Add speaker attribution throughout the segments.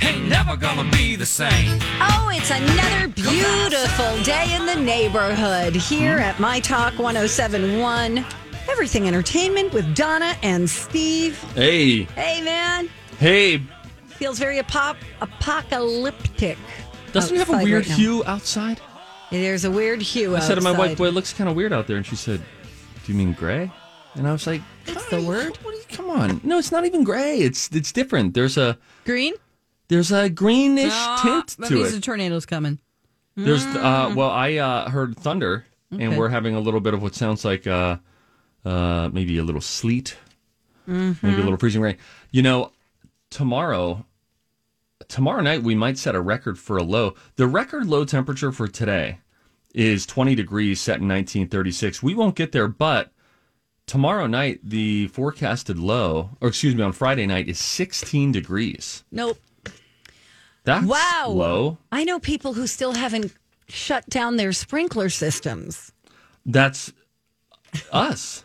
Speaker 1: Ain't never gonna be the same.
Speaker 2: Oh, it's another beautiful day in the neighborhood here at My Talk 1071. Everything Entertainment with Donna and Steve.
Speaker 1: Hey,
Speaker 2: Hey, man.
Speaker 1: hey,
Speaker 2: Feels very apop- apocalyptic.
Speaker 1: doesn't it have a
Speaker 2: outside
Speaker 1: weird
Speaker 2: right now.
Speaker 1: hue outside?
Speaker 2: There's a weird hue.
Speaker 1: I said to my
Speaker 2: outside.
Speaker 1: wife, "Boy, it looks kind of weird out there," and she said, "Do you mean gray?" And I was like, "That's
Speaker 2: the word?
Speaker 1: What are you, come on, no, it's not even gray. It's it's different. There's a
Speaker 3: Green?
Speaker 1: there's a greenish tint
Speaker 3: that
Speaker 1: to
Speaker 3: means the
Speaker 1: it.
Speaker 3: tornado's coming.
Speaker 1: There's uh, well, I uh, heard thunder, and
Speaker 3: Okay.
Speaker 1: we're having a little bit of what sounds like uh, uh, maybe a little sleet, maybe a little freezing rain. You know, tomorrow, tomorrow night we might set a record for a low. The record low temperature for today is 20 degrees, set in 1936. We won't get there, but tomorrow night the forecasted low, or excuse me, on Friday night is 16 degrees.
Speaker 2: Nope.
Speaker 1: That's
Speaker 2: Wow.
Speaker 1: low.
Speaker 2: I know people who still haven't shut down their sprinkler systems.
Speaker 1: That's us.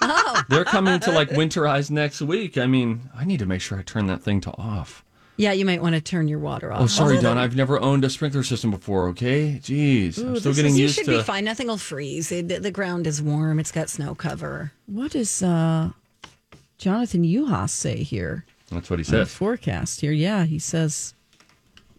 Speaker 2: Oh.
Speaker 1: They're coming to like winterize next week. I mean, I need to make sure I turn that thing to off.
Speaker 2: Yeah, you might want to turn your water off.
Speaker 1: Oh, sorry, Don. I've never owned a sprinkler system before. Okay, jeez, I'm still
Speaker 2: This
Speaker 1: getting
Speaker 2: is-
Speaker 1: used
Speaker 2: you should
Speaker 1: to.
Speaker 2: be fine. Nothing will freeze. It, the ground is warm. It's got snow cover.
Speaker 3: What does uh, Jonathan Uhas say here?
Speaker 1: That's what he
Speaker 3: The
Speaker 1: says.
Speaker 3: forecast here. Yeah, he says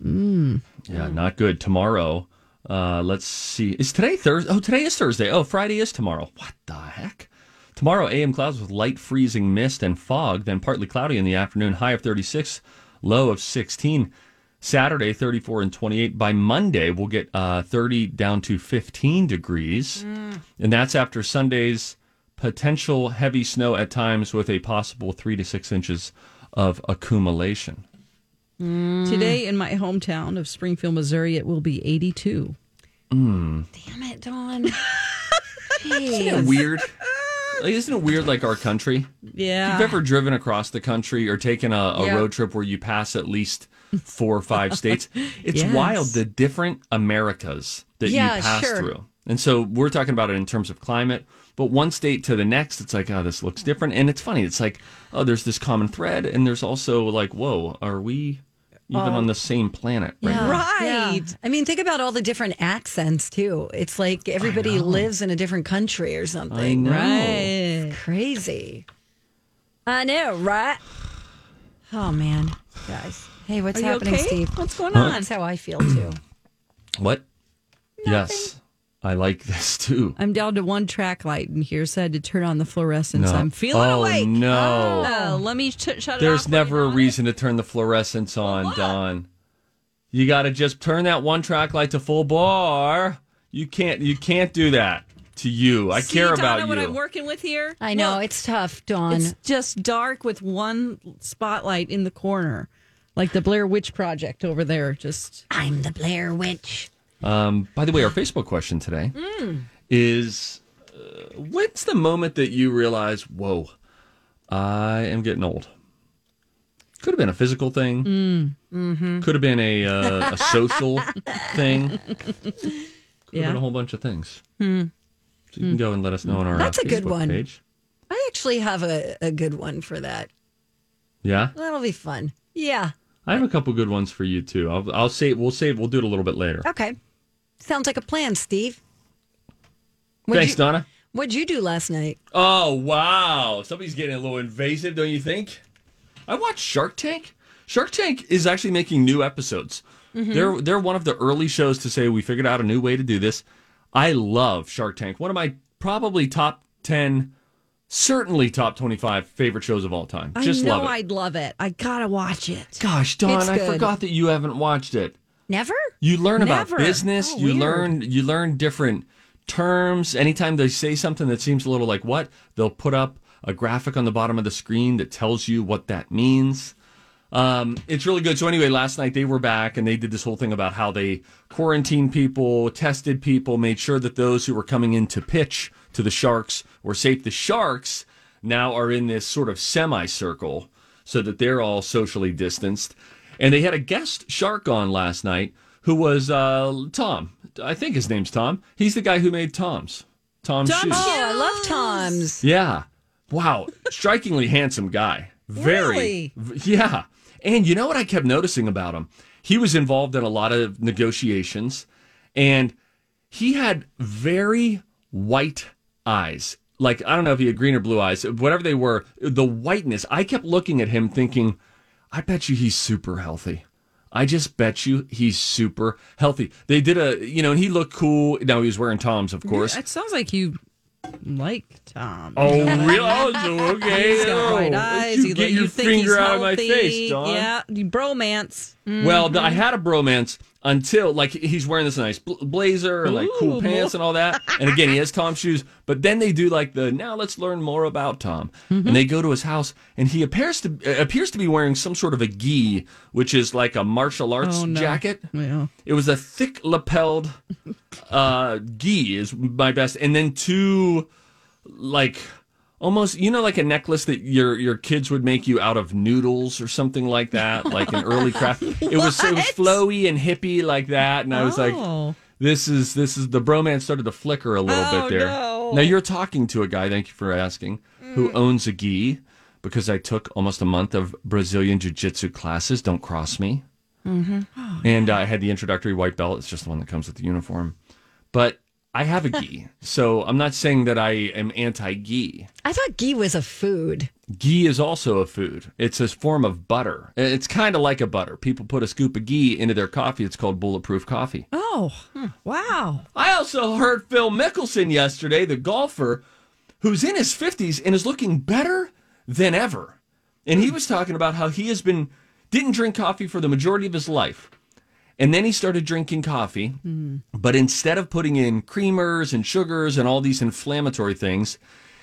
Speaker 3: hmm.
Speaker 1: Yeah, not good. Tomorrow, uh, let's see. Is today Thursday? Oh, today is Thursday. Oh, Friday is tomorrow. What the heck? Tomorrow, AM clouds with light freezing mist and fog, then partly cloudy in the afternoon, high of 36, low of 16. Saturday, 34 and 28. By Monday, we'll get uh, 30 down to 15 degrees. And that's after Sunday's potential heavy snow at times with a possible three to six inches of accumulation.
Speaker 3: today in my hometown of Springfield, Missouri, it will be 82.
Speaker 2: Damn it, Dawn. Jeez.
Speaker 1: Isn't it weird? Like, isn't it weird, like our country? If
Speaker 3: Yeah.
Speaker 1: you've ever driven across the country or taken a, a
Speaker 3: Yeah.
Speaker 1: road trip where you pass at least four or five states, it's
Speaker 3: Yes.
Speaker 1: wild the different Americas that
Speaker 2: Yeah,
Speaker 1: you pass
Speaker 2: sure.
Speaker 1: through. And so we're talking about it in terms of climate, but one state to the next, it's like, oh, this looks different. And it's funny. It's like, oh, there's this common thread. And there's also like, whoa, are we even
Speaker 3: Oh.
Speaker 1: on the same planet right now?
Speaker 2: Right. I mean, think about all the different accents too. It's like everybody lives in a different country or
Speaker 1: I
Speaker 2: something.
Speaker 1: know.
Speaker 3: Right.
Speaker 2: Crazy. I know, right? Oh man, guys. Hey, what's
Speaker 3: Are you
Speaker 2: happening,
Speaker 3: okay?
Speaker 2: Steve?
Speaker 3: What's going on?
Speaker 2: That's how I feel too.
Speaker 1: What? Yes. I like this too.
Speaker 3: I'm down to one track light in here, so I had to turn on the fluorescence.
Speaker 1: No.
Speaker 3: I'm feeling
Speaker 1: Oh,
Speaker 3: awake.
Speaker 1: no.
Speaker 3: Oh, let me t- shut it
Speaker 1: There's
Speaker 3: off when
Speaker 1: never a
Speaker 3: you're on
Speaker 1: reason to turn the fluorescence on, Don. You got to just turn that one track light to full bar. You can't. You can't do that to you. I
Speaker 3: it.
Speaker 1: care
Speaker 3: See, Donna,
Speaker 1: about
Speaker 3: what
Speaker 1: you.
Speaker 3: I'm working with here.
Speaker 2: I know
Speaker 3: Look,
Speaker 2: it's tough, Dawn.
Speaker 3: it's just dark with one spotlight in the corner, like the Blair Witch Project over there. Just
Speaker 2: I'm the Blair Witch.
Speaker 1: um, by the way, our Facebook question today is: uh, When's the moment that you realize, "Whoa, I am getting old"? Could have been a physical thing.
Speaker 2: Mm. Mm-hmm.
Speaker 1: Could have been a, uh, a social thing. Could have
Speaker 3: Yeah.
Speaker 1: been a whole bunch of things. So you can go and let us know on our uh,
Speaker 2: Hmm. That's a good
Speaker 1: Facebook
Speaker 2: one.
Speaker 1: page.
Speaker 2: I actually have a, a good one for that.
Speaker 1: Yeah,
Speaker 2: That'll be fun. Yeah.
Speaker 1: I have a couple good ones for you too. I'll, I'll say we'll save. We'll do it a little bit later.
Speaker 2: Okay. Sounds like a plan, Steve. What'd
Speaker 1: Thanks,
Speaker 2: you-
Speaker 1: Donna.
Speaker 2: What'd you do last night?
Speaker 1: Oh wow, somebody's getting a little invasive, don't you think? I watched Shark Tank. Shark Tank is actually making new episodes.
Speaker 3: Mm-hmm.
Speaker 1: They're they're one of the early shows to say we figured out a new way to do this. I love Shark Tank. One of my probably top ten, certainly top twenty five favorite shows of all time. Just
Speaker 3: I know
Speaker 1: love it.
Speaker 3: I'd love it. I gotta watch it.
Speaker 1: Gosh, Don,
Speaker 3: It's
Speaker 1: I
Speaker 3: good.
Speaker 1: forgot that you haven't watched it.
Speaker 2: Never?
Speaker 1: You learn
Speaker 3: Never.
Speaker 1: about business.
Speaker 3: Oh,
Speaker 1: you
Speaker 3: weird.
Speaker 1: learn you learn different terms. Anytime they say something that seems a little like what, they'll put up a graphic on the bottom of the screen that tells you what that means. Um, it's really good. So anyway, last night they were back and they did this whole thing about how they quarantined people, tested people, made sure that those who were coming in to pitch to the sharks were safe. The sharks now are in this sort of semicircle so that they're all socially distanced. And they had a guest shark on last night who was uh, Tom. I think his name's Tom. He's the guy who made Tom's. Tom's
Speaker 3: Tom
Speaker 1: shoes.
Speaker 3: Shoes.
Speaker 2: Oh, I love Tom's.
Speaker 1: Yeah. Wow. Strikingly handsome guy. Very.
Speaker 3: Really?
Speaker 1: v- Yeah. And you know what I kept noticing about him? He was involved in a lot of negotiations and he had very white eyes. Like, I don't know if he had green or blue eyes, whatever they were, the whiteness. I kept looking at him thinking, I bet you he's super healthy. I just bet you he's super healthy. They did a, you know, and he looked cool. Now he was wearing Tom's, of course.
Speaker 3: It sounds like you like Tom.
Speaker 1: Oh, really? Oh, so okay.
Speaker 3: He's got
Speaker 1: Oh,
Speaker 3: bright
Speaker 1: you
Speaker 3: eyes. You,
Speaker 1: get
Speaker 3: like-
Speaker 1: your
Speaker 3: you think
Speaker 1: finger
Speaker 3: he's
Speaker 1: out of my
Speaker 3: healthy.
Speaker 1: face, Don.
Speaker 3: Yeah, Mm-hmm. the bromance.
Speaker 1: Well, th- I had a bromance until like he's wearing this nice bl- blazer and like cool pants and all that. And again, he has Tom shoes. But then they do like the now let's learn more about Tom.
Speaker 3: Mm-hmm.
Speaker 1: And they go to his house, and he appears to uh, appears to be wearing some sort of a gi, which is like a martial arts
Speaker 3: Oh, no.
Speaker 1: jacket.
Speaker 3: Yeah.
Speaker 1: It was a thick lapelled uh, gi is my best, and then two like almost you know like a necklace that your your kids would make you out of noodles or something like that, like an early craft. It was it was flowy and hippie like that, and I was
Speaker 3: Oh.
Speaker 1: like, this is this is the bromance started to flicker a little
Speaker 3: Oh,
Speaker 1: bit there.
Speaker 3: no. Mm.
Speaker 1: Now you're talking to a guy. Thank you for asking. Who owns a gi? Because I took almost a month of Brazilian jiu-jitsu classes. Don't cross me and uh, I had the introductory white belt. It's just the one that comes with the uniform. But I have a gi, so I'm not saying that I am anti gi.
Speaker 2: I thought ghee was a food.
Speaker 1: Ghee is also a food. It's a form of butter. It's kind of like a butter. People put a scoop of ghee into their coffee. It's called bulletproof coffee.
Speaker 3: Oh, wow.
Speaker 1: I also heard Phil Mickelson yesterday, the golfer, who's in his 50s and is looking better than ever. And he was talking about how he has been didn't drink coffee for the majority of his life. And then he started drinking coffee, but instead of putting in creamers and sugars and all these inflammatory things,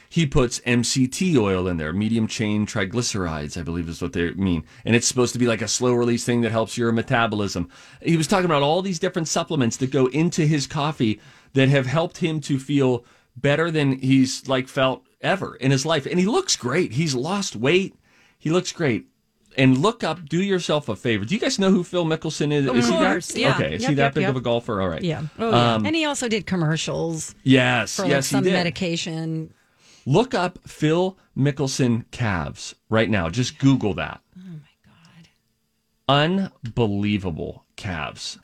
Speaker 1: he puts MCT oil in there, medium chain triglycerides, I believe is what they mean. And it's supposed to be like a slow release thing that helps your metabolism. He was talking about all these different supplements that go into his coffee that have helped him to feel better than he's like felt ever in his life. And he looks great. He's lost weight. He looks great. And look up, do yourself a favor. Do you guys know who Phil Mickelson is? Of is
Speaker 3: course,
Speaker 1: he that?
Speaker 3: yeah.
Speaker 1: Okay, is
Speaker 3: Yep,
Speaker 1: he that
Speaker 3: yep,
Speaker 1: big
Speaker 3: yep.
Speaker 1: of a golfer? All right.
Speaker 3: Yeah.
Speaker 2: Oh, and he also did commercials
Speaker 1: Yes,
Speaker 2: for like
Speaker 1: Um, yes,
Speaker 2: some
Speaker 1: he did.
Speaker 2: medication.
Speaker 1: Look up Phil Mickelson calves right now. Just Google that. Oh my god. Unbelievable calves.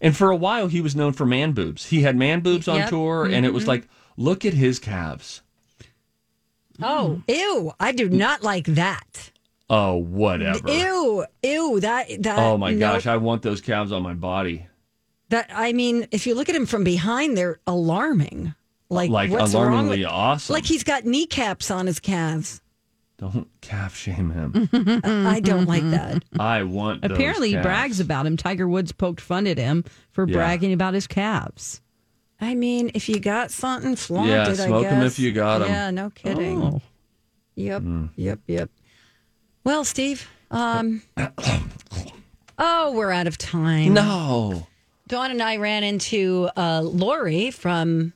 Speaker 1: And for a while he was known for man boobs. He had man boobs on
Speaker 2: Yep. Mm-hmm.
Speaker 1: tour and it was like, look at his calves.
Speaker 2: Oh, ew! I do not like that.
Speaker 1: Oh, whatever.
Speaker 2: Ew, ew! That that.
Speaker 1: Oh my
Speaker 2: no,
Speaker 1: gosh, I want those calves on my body.
Speaker 2: That I mean, if you look at him from behind, they're alarming. Like,
Speaker 1: Like
Speaker 2: what's wrong
Speaker 1: alarmingly
Speaker 2: with-
Speaker 1: awesome.
Speaker 2: Like he's got kneecaps on his calves.
Speaker 1: Don't calf shame him.
Speaker 2: Mm-hmm. I don't like
Speaker 3: Mm-hmm.
Speaker 2: that.
Speaker 1: I want those
Speaker 3: Apparently, he
Speaker 1: calves.
Speaker 3: brags about him. Tiger Woods poked fun at him for
Speaker 1: Yeah.
Speaker 3: bragging about his calves.
Speaker 2: I mean, if you got something, flaunt
Speaker 1: Yeah,
Speaker 2: it.
Speaker 1: smoke
Speaker 2: I
Speaker 1: 'em
Speaker 2: guess.
Speaker 1: if you got 'em. Hmm.
Speaker 2: Yeah, no kidding.
Speaker 3: Oh.
Speaker 2: Yep, yep, yep. Well, Steve. Um, oh, we're out of time.
Speaker 1: No.
Speaker 2: Dawn and I ran into uh, Lori from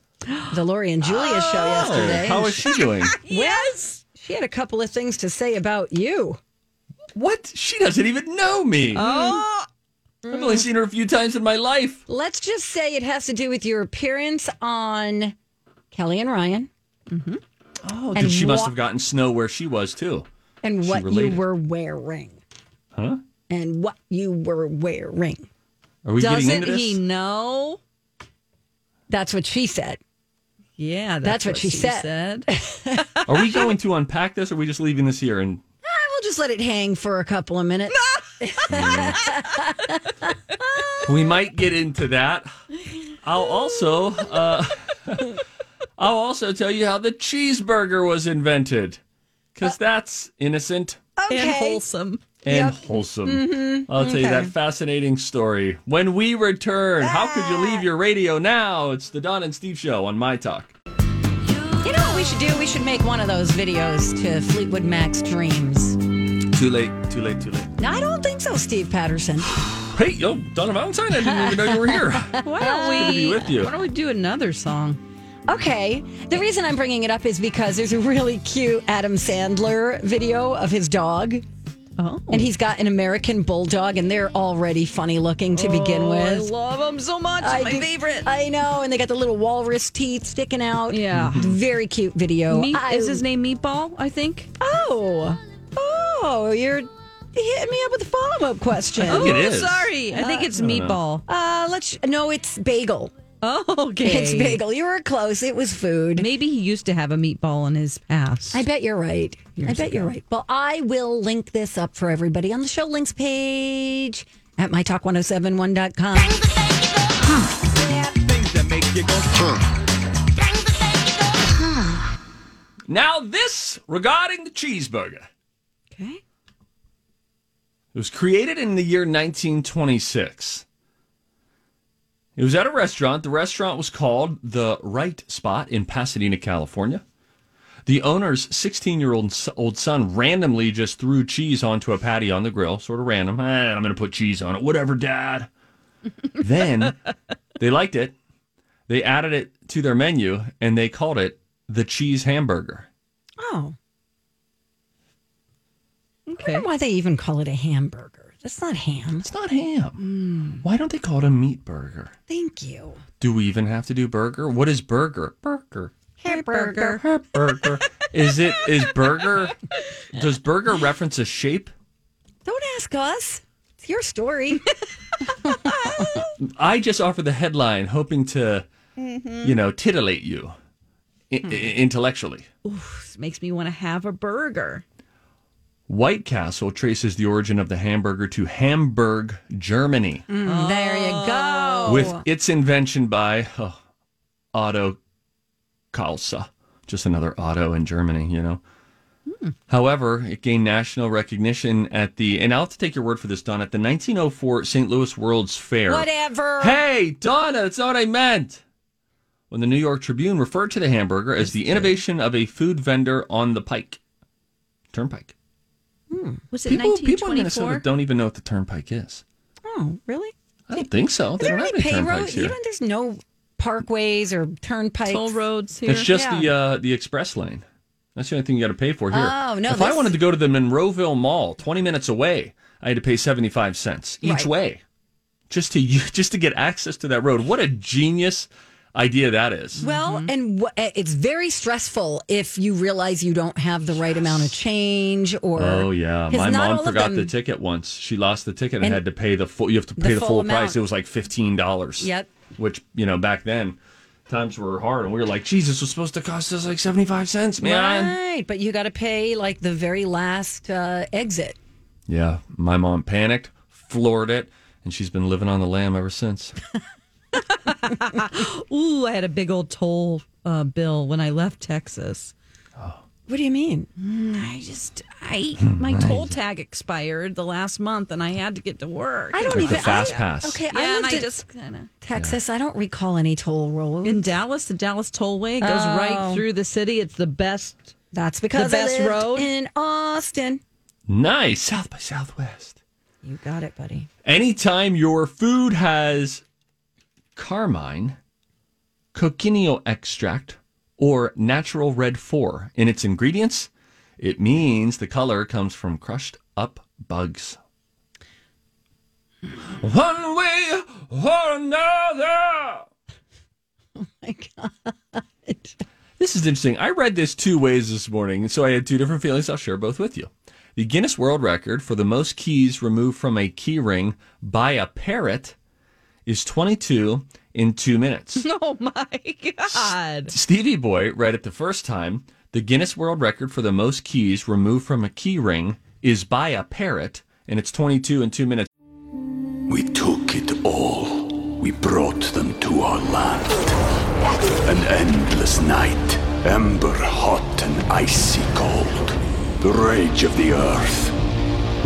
Speaker 2: the Lori and Julia show yesterday.
Speaker 1: Oh. How is she doing?
Speaker 2: yes. She had a couple of things to say about you.
Speaker 1: what? She doesn't even know me.
Speaker 3: Oh,
Speaker 1: I've only seen her a few times in my life.
Speaker 2: Let's just say it has to do with your appearance on Kelly and Ryan
Speaker 1: Oh,
Speaker 2: And
Speaker 1: dude, she must
Speaker 2: wha-
Speaker 1: have gotten snow where she was too.
Speaker 2: and
Speaker 1: She
Speaker 2: what you
Speaker 1: related.
Speaker 2: were wearing.
Speaker 1: Huh?
Speaker 2: And what you were wearing.
Speaker 1: Are we getting
Speaker 3: doesn't
Speaker 1: into this?
Speaker 3: he know?
Speaker 2: That's what she said.
Speaker 3: Yeah,
Speaker 2: That's what she said.
Speaker 1: Are we going to unpack this? Or are we just leaving this here? And
Speaker 2: I will just let it hang for a couple of minutes.
Speaker 1: we might get into that. I'll also uh, I'll also tell you how the cheeseburger was invented, because that's innocent
Speaker 3: and
Speaker 2: Okay.
Speaker 3: wholesome.
Speaker 1: and wholesome. I'll tell you that fascinating story when we return. How could you leave your radio now? It's the Don and Steve show on My Talk.
Speaker 2: You know what we should do? We should make one of those videos to Fleetwood Mac's dreams.
Speaker 1: Too late. Too late. Too late.
Speaker 2: No, I don't think so, Steve Patterson.
Speaker 1: Hey, yo, Donna Valentine. I didn't even know you were here.
Speaker 3: Why don't we?
Speaker 1: be with you.
Speaker 3: Why don't we do another song?
Speaker 2: Okay. The reason I'm bringing it up is because there's a really cute Adam Sandler video of his dog.
Speaker 3: Oh,
Speaker 2: And he's got an American bulldog, and they're already funny looking to begin
Speaker 3: Oh, I
Speaker 2: with.
Speaker 3: love them so much.
Speaker 2: I
Speaker 3: My
Speaker 2: do-
Speaker 3: favorite.
Speaker 2: I know, and they got the little walrus teeth sticking out. Mm-hmm.
Speaker 3: Yeah.
Speaker 2: Very cute video.
Speaker 3: Meat,
Speaker 2: I-
Speaker 3: is his name Meatball? I think.
Speaker 2: Oh. Oh, you're hitting me up with a follow up question.
Speaker 3: Oh.
Speaker 1: I think it is.
Speaker 3: Sorry, I think it's Meatball.
Speaker 2: Uh, let's no, it's bagel.
Speaker 3: Oh, okay.
Speaker 2: It's bagel. You were close. It was food.
Speaker 3: Maybe he used to have a meatball in his past.
Speaker 2: I bet you're right. I bet you're right. Well, I will link this up for everybody on the show links page at mytalk1071.com.
Speaker 1: Now, this regarding the cheeseburger.
Speaker 3: okay.
Speaker 1: It was created in the year 1926. It was at a restaurant. The restaurant was called The Right Spot in Pasadena, California. The owner's 16 year old old son randomly just threw cheese onto a patty on the grill, sort of random. "Eh, I'm going to put cheese on it. Whatever, dad. then they liked it. They added it to their menu and they called it the cheese hamburger.
Speaker 2: Oh, I
Speaker 3: Okay.
Speaker 2: wonder why they even call it a hamburger. That's not ham.
Speaker 1: It's not ham. Why don't they call it a meat burger?
Speaker 2: Thank you.
Speaker 1: Do we even have to do burger? What is burger? Burger.
Speaker 2: Hamburger.
Speaker 1: Burger. is it is burger? Does burger reference a shape?
Speaker 2: Don't ask us. It's your story.
Speaker 1: I just offer the headline, hoping to, you know, titillate you i- i- intellectually.
Speaker 3: This makes me want to have a burger.
Speaker 1: White Castle traces the origin of the hamburger to Hamburg, Germany,
Speaker 2: There you
Speaker 3: Oh,
Speaker 2: go.
Speaker 1: with its invention by oh, Otto Kalsa. Just another Otto in Germany, you know. However, it gained national recognition at the, and I'll have to take your word for this, Don, at the 1904 St. Louis World's Fair.
Speaker 2: Whatever.
Speaker 1: Hey, Donna, that's not what I meant. When the New York Tribune referred to the hamburger as the innovation of a food vendor on the Pike Turnpike.
Speaker 3: Was it
Speaker 1: People, people in
Speaker 3: 1924?
Speaker 1: Minnesota don't even know what the Turnpike is.
Speaker 2: Oh, really?
Speaker 1: I don't think so. They
Speaker 2: Is there
Speaker 1: don't have
Speaker 2: any
Speaker 1: any
Speaker 2: pay road?
Speaker 1: turnpikes here.
Speaker 2: Even there's no parkways or turnpikes.
Speaker 3: Toll roads here.
Speaker 1: It's just the uh, the express lane. That's the only thing you got to pay for here.
Speaker 2: Oh, no,
Speaker 1: If I
Speaker 2: this-
Speaker 1: wanted to go to the Monroeville Mall, twenty minutes away, I had to pay seventy five cents each
Speaker 2: Right.
Speaker 1: way, just to u- just to get access to that road. What a genius idea that is!
Speaker 2: Well, and wh- it's very stressful if you realize you don't have the right amount of change or.
Speaker 1: Oh yeah,
Speaker 2: 'Cause
Speaker 1: my
Speaker 2: not all
Speaker 1: mom
Speaker 2: of
Speaker 1: forgot the
Speaker 2: them-
Speaker 1: ticket once. She lost the ticket and,
Speaker 2: And
Speaker 1: had to pay the full. You have to
Speaker 2: the
Speaker 1: pay the,
Speaker 2: full
Speaker 1: full
Speaker 2: amount.
Speaker 1: price. It was like fifteen dollars.
Speaker 2: Yep.
Speaker 1: Which you know back then, times were hard, and we were like, Jesus was supposed to cost us like seventy five cents, man.
Speaker 2: Right, but you got to pay like the very last uh, exit.
Speaker 1: Yeah, my mom panicked, floored it, and she's been living on the lamb ever since.
Speaker 3: Ooh, I had a big old toll uh, bill when I left Texas.
Speaker 2: Oh.
Speaker 3: Mm,
Speaker 2: What do you mean?
Speaker 3: I just, I my toll tag expired the last month, and I had to get to work.
Speaker 2: I
Speaker 3: yeah,
Speaker 2: don't
Speaker 1: Like the
Speaker 2: even.
Speaker 1: fast
Speaker 2: I,
Speaker 1: pass.
Speaker 2: Okay, I
Speaker 3: and
Speaker 2: lived
Speaker 3: I
Speaker 2: in
Speaker 3: just kind of
Speaker 2: Texas. I don't recall any toll road.
Speaker 3: in Dallas, the Dallas Tollway goes
Speaker 2: Oh.
Speaker 3: right through the city. It's the best.
Speaker 2: That's because
Speaker 3: best
Speaker 2: I lived
Speaker 3: road?
Speaker 2: in Austin.
Speaker 1: nice. South by Southwest.
Speaker 2: You got it, buddy.
Speaker 1: Anytime your food has carmine, cochineal extract, or natural red 4 in its ingredients, it means the color comes from crushed up bugs. One way or another.
Speaker 2: Oh My God.
Speaker 1: This is interesting. I read this two ways this morning, so I had two different feelings. I'll share both with you. The Guinness World Record for the most keys removed from a key ring by a parrot is 22 in two minutes.
Speaker 3: Oh my god!
Speaker 1: Stevie Boy read it the first time. The Guinness World Record for the most keys removed from a key ring is by a parrot and it's 22 in two minutes.
Speaker 4: We took it all. We brought them to our land. An endless night, ember hot and icy cold. The rage of the earth.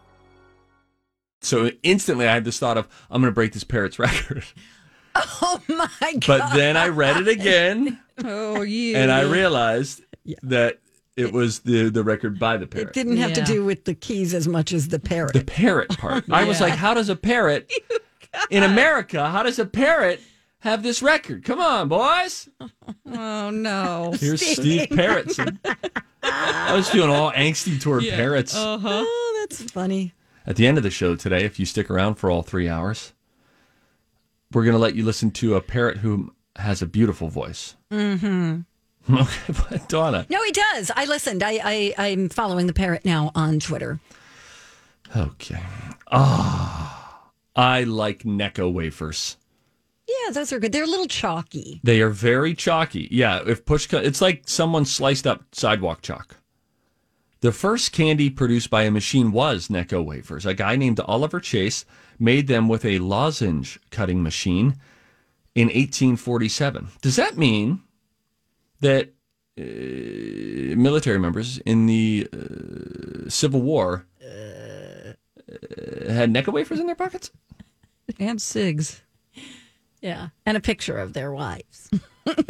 Speaker 1: So instantly, I had this thought of, I'm going to break this parrot's record.
Speaker 2: Oh my god!
Speaker 1: But then I read it again,
Speaker 5: Oh, yeah.
Speaker 1: and I realized that it was the, the record by the parrot.
Speaker 2: it didn't have to
Speaker 5: Yeah.
Speaker 2: do with the keys as much as the parrot.
Speaker 1: the parrot part. I was like, how does a parrot in America, how does a parrot have this record? Come on, boys.
Speaker 5: oh, no.
Speaker 1: Here's Steve Parrotson. I was feeling all angsty toward parrots.
Speaker 2: oh, that's funny.
Speaker 1: At the end of the show today, if you stick around for all three hours, we're going to let you listen to a parrot who has a beautiful voice. Mm-hmm. Okay, but Donna.
Speaker 2: No, he does. I listened. I, I I'm following the parrot now on Twitter.
Speaker 1: Okay. Ah, I like Necco wafers.
Speaker 2: Yeah, those are good. They're a little chalky.
Speaker 1: They are very chalky. Yeah, if push co- it's like someone sliced up sidewalk chalk. The first candy produced by a machine was Necco wafers. A guy named Oliver Chase made them with a lozenge cutting machine in 1847. Does that mean that uh, military members in the uh, Civil War uh, had Necco wafers in their pockets?
Speaker 5: And SIGs.
Speaker 2: Yeah, and a picture of their wives.
Speaker 1: Isn't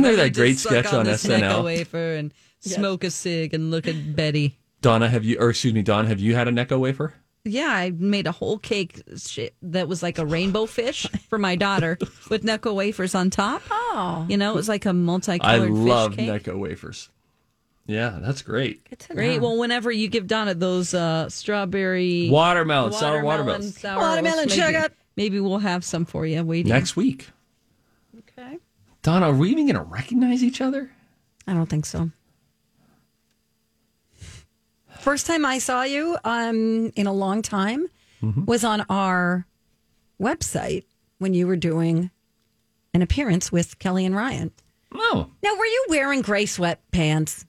Speaker 1: there that great
Speaker 5: Mm, Just suck
Speaker 1: sketch on,
Speaker 5: this Necco
Speaker 1: SNL?
Speaker 5: wafer and smoke a cig and look at Betty.
Speaker 1: Donna, have you, or excuse me, Don, have you had a Necco wafer?
Speaker 5: Yeah, I made a whole cake shi that was like a rainbow fish for my daughter with Necco wafers on top.
Speaker 2: Oh,
Speaker 5: You know, it was like a
Speaker 1: I
Speaker 5: multicolored
Speaker 1: love
Speaker 5: fish cake.
Speaker 1: Necco wafers. Yeah, that's great.
Speaker 2: good to
Speaker 5: Great.
Speaker 2: know.
Speaker 5: Well, whenever you give Donna those uh, strawberry
Speaker 1: Watermelon, sour watermelon.
Speaker 5: sour
Speaker 2: Watermelon
Speaker 5: oats, maybe-
Speaker 2: sugar.
Speaker 5: Maybe we'll have some for you. Waiting.
Speaker 1: Next week.
Speaker 5: Okay.
Speaker 1: Donna, are we even going to recognize each other?
Speaker 2: I don't think so. First time I saw you um, in a long time was on our website when you were doing an appearance with Kelly and Ryan.
Speaker 1: No.
Speaker 2: Now, were you wearing gray sweatpants?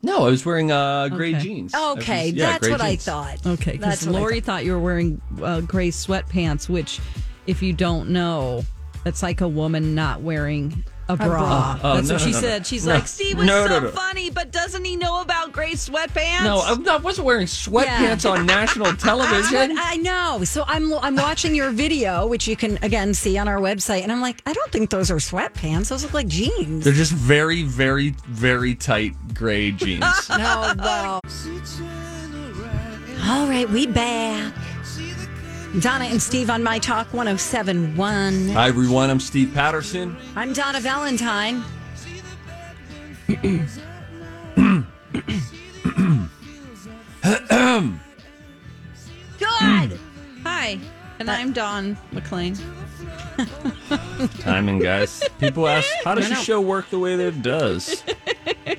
Speaker 1: No, I was wearing uh, gray
Speaker 5: Okay.
Speaker 1: jeans. I was just-
Speaker 2: Okay,
Speaker 1: yeah,
Speaker 2: that's
Speaker 1: gray
Speaker 2: what I
Speaker 1: jeans.
Speaker 2: thought.
Speaker 5: Okay. Because
Speaker 2: That's what I
Speaker 5: Lori thought you were wearing uh, gray sweatpants, which, if you don't know, that's like a woman not wearing. A bra.
Speaker 2: bra.
Speaker 1: Oh,
Speaker 5: That's
Speaker 1: no,
Speaker 5: what
Speaker 1: no,
Speaker 5: she
Speaker 1: no, no.
Speaker 5: said. She's
Speaker 1: No.
Speaker 5: like, Steve was
Speaker 1: No,
Speaker 5: so
Speaker 1: no, no.
Speaker 5: funny, but doesn't he know about gray sweatpants?
Speaker 1: No, I, no, I wasn't wearing sweatpants on national
Speaker 2: That's what
Speaker 1: television.
Speaker 2: I know. So I'm I'm watching your video, which you can again see on our website, and I'm like, I don't think those are sweatpants. Those look like jeans.
Speaker 1: They're just very, very, very tight gray jeans.
Speaker 2: No, wow. All right, we back. Donna and Steve on My Talk 1071.
Speaker 1: Hi, everyone. I'm Steve Patterson.
Speaker 2: I'm Donna Valentine. Good.
Speaker 5: Hi, and I'm Dawn McLean.
Speaker 1: Timing, guys. People ask, how does
Speaker 5: I
Speaker 1: your
Speaker 5: know.
Speaker 1: show work the way that it does?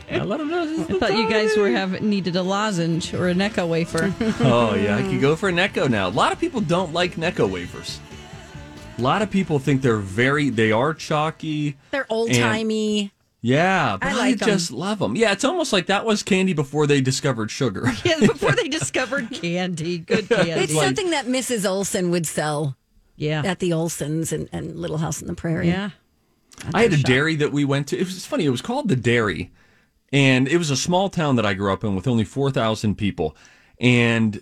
Speaker 1: I let 'em know.
Speaker 5: I thought you guys were have needed a lozenge or a Necco wafer.
Speaker 1: Oh yeah, I could go for a Necco now. A lot of people don't like Necco wafers. A lot of people think they're very they are chalky.
Speaker 2: They're old timey.
Speaker 1: Yeah, but I,
Speaker 2: I like 'em.
Speaker 1: just love them. Yeah, it's almost like that was candy before they discovered sugar.
Speaker 5: yeah, before they discovered candy, good candy.
Speaker 2: It's something that Mrs. Olson would sell
Speaker 5: yeah,
Speaker 2: at the Olsons and, and Little House on the Prairie.
Speaker 5: yeah.
Speaker 1: I had a dairy that we went to. It was funny. It was called the Dairy, and it was a small town that I grew up in with only four thousand people, and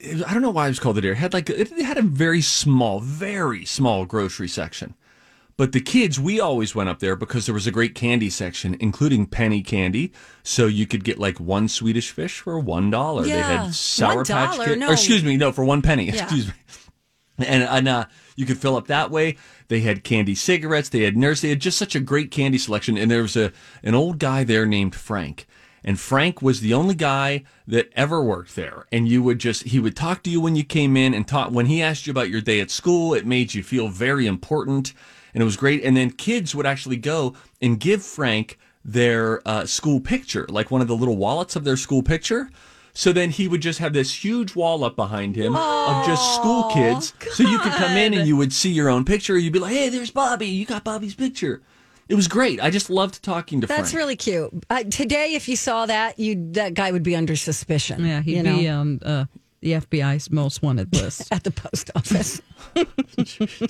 Speaker 1: it was- I don't know why it was called the Dairy. It had like it had a very small, very small grocery section, But the kids, we always went up there because there was a great candy section, including penny candy. So you could get like one Swedish fish for one dollar. They
Speaker 2: Yeah.
Speaker 1: had sour
Speaker 2: One
Speaker 1: patch
Speaker 2: dollar?
Speaker 1: kids.
Speaker 2: No.
Speaker 1: Or excuse me, no, for one penny.
Speaker 2: Yeah.
Speaker 1: Excuse me. And and uh, you could fill up that way. They had candy cigarettes. They had nerds. They had just such a great candy selection. And there was a an old guy there named Frank. And Frank was the only guy that ever worked there. And you would just he would talk to you when you came in and talk when he asked you about your day at school. It made you feel very important, and it was great. And then kids would actually go and give Frank their uh, school picture, like one of the little wallets of their school picture. So then he would just have this huge wall up behind him of just school kids. So you could come in and you would see your own picture. You'd be like, hey, there's Bobby. You got Bobby's picture. It was great. I just loved talking to
Speaker 2: That's
Speaker 1: Frank.
Speaker 2: really cute. Uh, today, if you saw that, you that guy would be under suspicion.
Speaker 3: Yeah, he'd
Speaker 2: you know,
Speaker 3: be um, uh, the FBI's most wanted list.
Speaker 2: at the post office. Ah,
Speaker 1: Oh,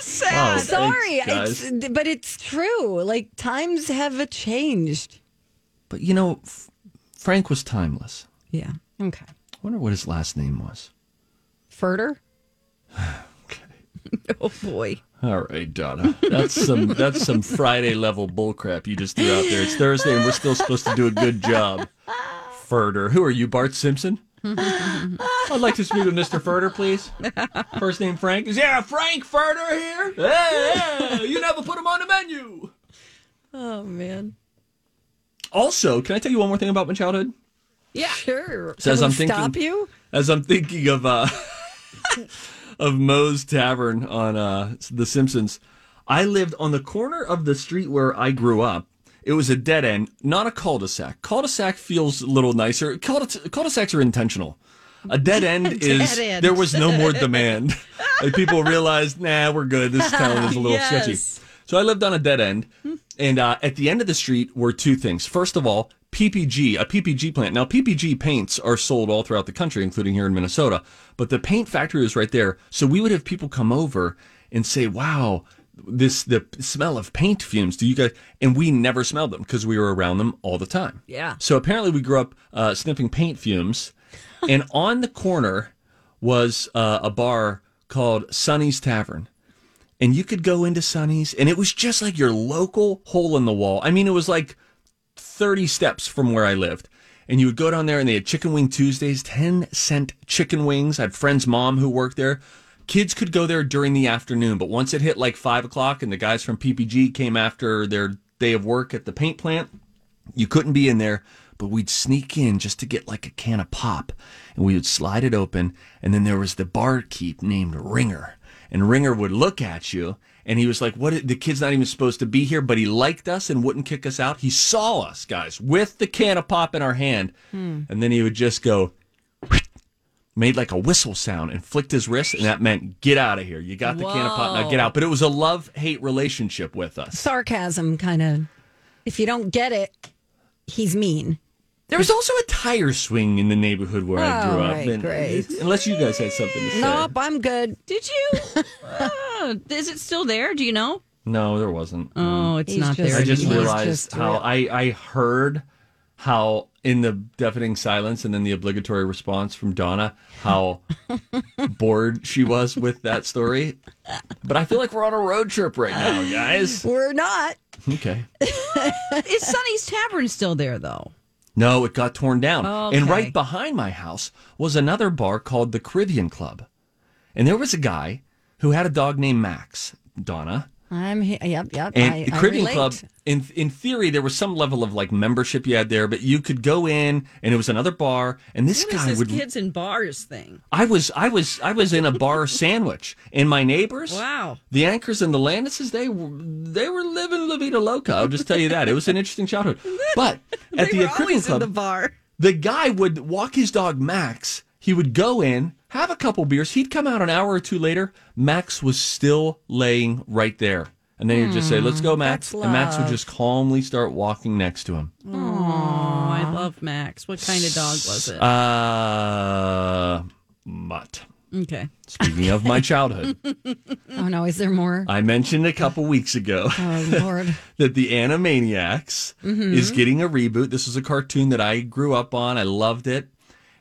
Speaker 1: thanks,
Speaker 2: Sorry,
Speaker 1: guys.
Speaker 2: it's, but it's true. Like times have changed.
Speaker 1: But you know, F- Frank was timeless.
Speaker 3: yeah.
Speaker 2: Okay,
Speaker 1: I wonder what his last name was.
Speaker 2: Furter.
Speaker 3: Oh boy.
Speaker 1: All right, Donna. That's some that's some Friday level bullcrap you just threw out there. It's Thursday and we're still supposed to do a good job. Furter. Who are you, Bart Simpson? I'd like to speak with Mr. Furter, please. First name Frank. Is yeah, Frank Furter here? Hey, hey, you never put him on the menu.
Speaker 2: Oh man.
Speaker 1: Also, can I tell you one more thing about my childhood?
Speaker 2: Yeah, sure.
Speaker 1: So as
Speaker 2: Will
Speaker 1: I'm
Speaker 2: it stop
Speaker 1: thinking-
Speaker 2: you.
Speaker 1: as I'm thinking of uh, of Moe's Tavern on uh, The Simpsons, I lived on the corner of the street where I grew up. It was a dead end, not a cul-de-sac. Cul-de-sac feels a little nicer. Cul-de- cul-de-sacs are intentional. A dead end is
Speaker 3: end.
Speaker 1: there was no more demand. like people realized, nah, we're good. This town is a little sketchy.
Speaker 3: Yes.
Speaker 1: So I lived on a dead end, and uh, at the end of the street were two things. First of all, PPG, a PPG plant. Now, PPG paints are sold all throughout the country, including here in Minnesota, but the paint factory was right there. So we would have people come over and say, wow, this the smell of paint fumes. Do you guys? And we never smelled them because we were around them all the time.
Speaker 2: Yeah.
Speaker 1: So apparently we grew up uh, sniffing paint fumes, and on the corner was uh, a bar called Sonny's Tavern and you could go into Sonny's, and it was just like your local hole in the wall. I mean, it was like 30 steps from where I lived. And you would go down there, and they had Chicken Wing Tuesdays, 10 cent chicken wings. I had friend's mom who worked there. Kids could go there during the afternoon, but once it hit like 5 o'clock and the guys from PPG came after their day of work at the paint plant, you couldn't be in there, but we'd sneak in just to get like a can of pop and we would slide it open. And then there was the barkeep named Ringer. And Ringer would look at you and he was like, What? i- The kid's not even supposed to be here, but he liked us and wouldn't kick us out. He saw us, guys, with the can of pop in our hand. And then he would just go, made like a whistle sound and flicked his wrist. And that meant, Get out of here. You got the can of pop, now get out. But it was a love hate relationship with us.
Speaker 2: Sarcasm, kind of. If you don't get it, he's mean.
Speaker 1: There was also a tire swing in the neighborhood where I
Speaker 2: All
Speaker 1: grew up.
Speaker 2: Oh, right, great.
Speaker 1: Unless you guys had something to say.
Speaker 2: Nope, I'm good.
Speaker 3: Did you? uh, is it still there? Do you know?
Speaker 1: No, there wasn't.
Speaker 3: Oh, it's
Speaker 2: He's
Speaker 3: not
Speaker 2: just-
Speaker 3: there.
Speaker 1: I just
Speaker 2: He's
Speaker 3: anymore.
Speaker 1: realized
Speaker 2: just
Speaker 1: how
Speaker 2: real-
Speaker 1: I, I heard how in the deafening silence and then the obligatory response from Donna how bored she was with that story. But I feel like we're on a road trip right now, guys.
Speaker 2: We're not.
Speaker 1: Okay.
Speaker 3: Is Sonny's Tavern still there though?
Speaker 1: No, it got torn down. And
Speaker 3: Okay.
Speaker 1: right behind my house was another bar called the Caribbean Club. And there was a guy who had a dog named Max, Donna.
Speaker 2: I'm here. Yep, yep.
Speaker 1: And
Speaker 2: I,
Speaker 1: the
Speaker 2: I
Speaker 1: Caribbean
Speaker 2: relate.
Speaker 1: Club, in in theory, there was some level of like membership you had there, but you could go in, and it was another bar. And this
Speaker 3: What is
Speaker 1: guy
Speaker 3: this
Speaker 1: would.
Speaker 3: kids and bars thing?
Speaker 1: I was I was I was in a bar sandwich, and my neighbors,
Speaker 3: Wow.
Speaker 1: the anchors and the Landises, they were they were living la vida loca. I'll just tell you that it was an interesting childhood. But at
Speaker 3: they
Speaker 1: the
Speaker 3: were
Speaker 1: Caribbean
Speaker 3: always
Speaker 1: Club,
Speaker 3: in the bar.
Speaker 1: the guy would walk his dog Max. He would go in, have a couple beers. He'd come out an hour or two later. Max was still laying right there. And then he'd just say, Let's
Speaker 3: Hmm,
Speaker 1: go, Max. And Max would just calmly start walking next to him.
Speaker 3: Oh, I love Max. What kind of dog was it?
Speaker 1: Uh, mutt.
Speaker 3: okay.
Speaker 1: Speaking of my childhood,
Speaker 2: Oh no, is there more?
Speaker 1: I mentioned a couple weeks ago.
Speaker 2: Oh Lord. Mm-hmm.
Speaker 1: that the Animaniacs is getting a reboot. This is a cartoon that I grew up on. I loved it,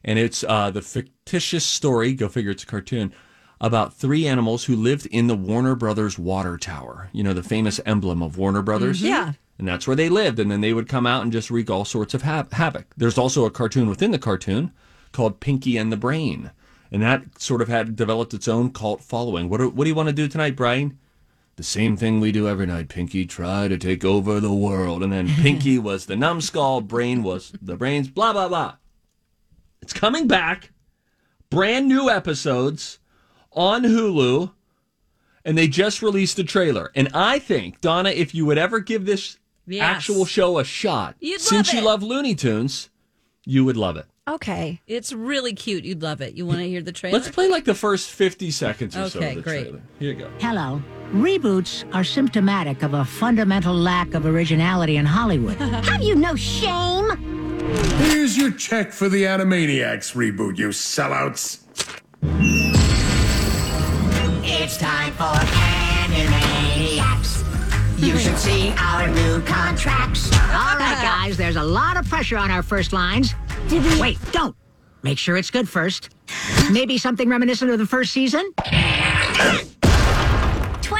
Speaker 1: and it's uh, the fictitious story. Go figure, it's a cartoon about three animals who lived in the Warner Brothers water tower. You know, the famous emblem of Warner Brothers.
Speaker 2: Yeah.
Speaker 1: And that's where they lived. And then they would come out and just wreak all sorts of ha- havoc. There's also a cartoon within the cartoon called Pinky and the Brain. And that sort of had developed its own cult following. What do, what do you want to do tonight, Brian? The same thing we do every night, Pinky. Try to take over the world. And then Pinky was the numbskull, Brain was the brains, blah, blah, blah. It's coming back. Brand new episodes on Hulu. And they just released a trailer. And I think, Donna, if you would ever give this
Speaker 2: Yes.
Speaker 1: actual show a shot,
Speaker 5: You'd
Speaker 1: since
Speaker 5: love
Speaker 1: you
Speaker 5: it.
Speaker 1: love Looney Tunes, you would love it.
Speaker 2: Okay.
Speaker 5: It's really cute. You'd love it. You want to hear the trailer?
Speaker 1: Let's play like the first 50 seconds or so
Speaker 5: Okay,
Speaker 1: of the
Speaker 5: great.
Speaker 1: trailer. Here you go.
Speaker 3: Hello. Reboots are symptomatic of a fundamental lack of originality in Hollywood. Have you no shame?
Speaker 4: Here's your check for the Animaniacs reboot, you sellouts.
Speaker 3: It's time for Animaniacs. You should see our new contracts. All right, guys, there's a lot of pressure on our first lines. Wait, don't. Make sure it's good first. Maybe something reminiscent of the first season?
Speaker 6: 22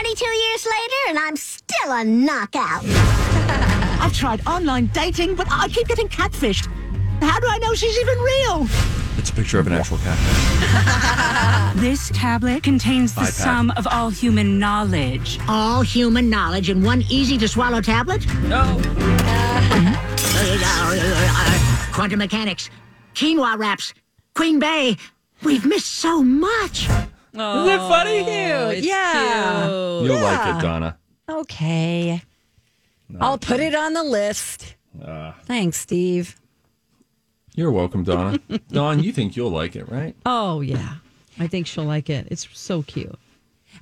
Speaker 6: years later, and I'm still a knockout.
Speaker 3: I've tried online dating, but I keep getting catfished. How do I know she's even real?
Speaker 1: It's a picture of an actual cat.
Speaker 6: This tablet contains the
Speaker 1: iPad. sum
Speaker 6: of all human knowledge.
Speaker 3: All human knowledge in one easy to swallow tablet?
Speaker 1: No.
Speaker 3: Quantum mechanics, quinoa wraps, Queen Bay. We've missed so much.
Speaker 1: Isn't that funny?
Speaker 2: Cute. Yeah.
Speaker 1: You'll like it, Donna.
Speaker 2: Okay. I'll put it on the list. Thanks, Steve.
Speaker 1: You're welcome, Donna. Don, you think you'll like it, right?
Speaker 5: Oh yeah, I think she'll like it. It's so cute.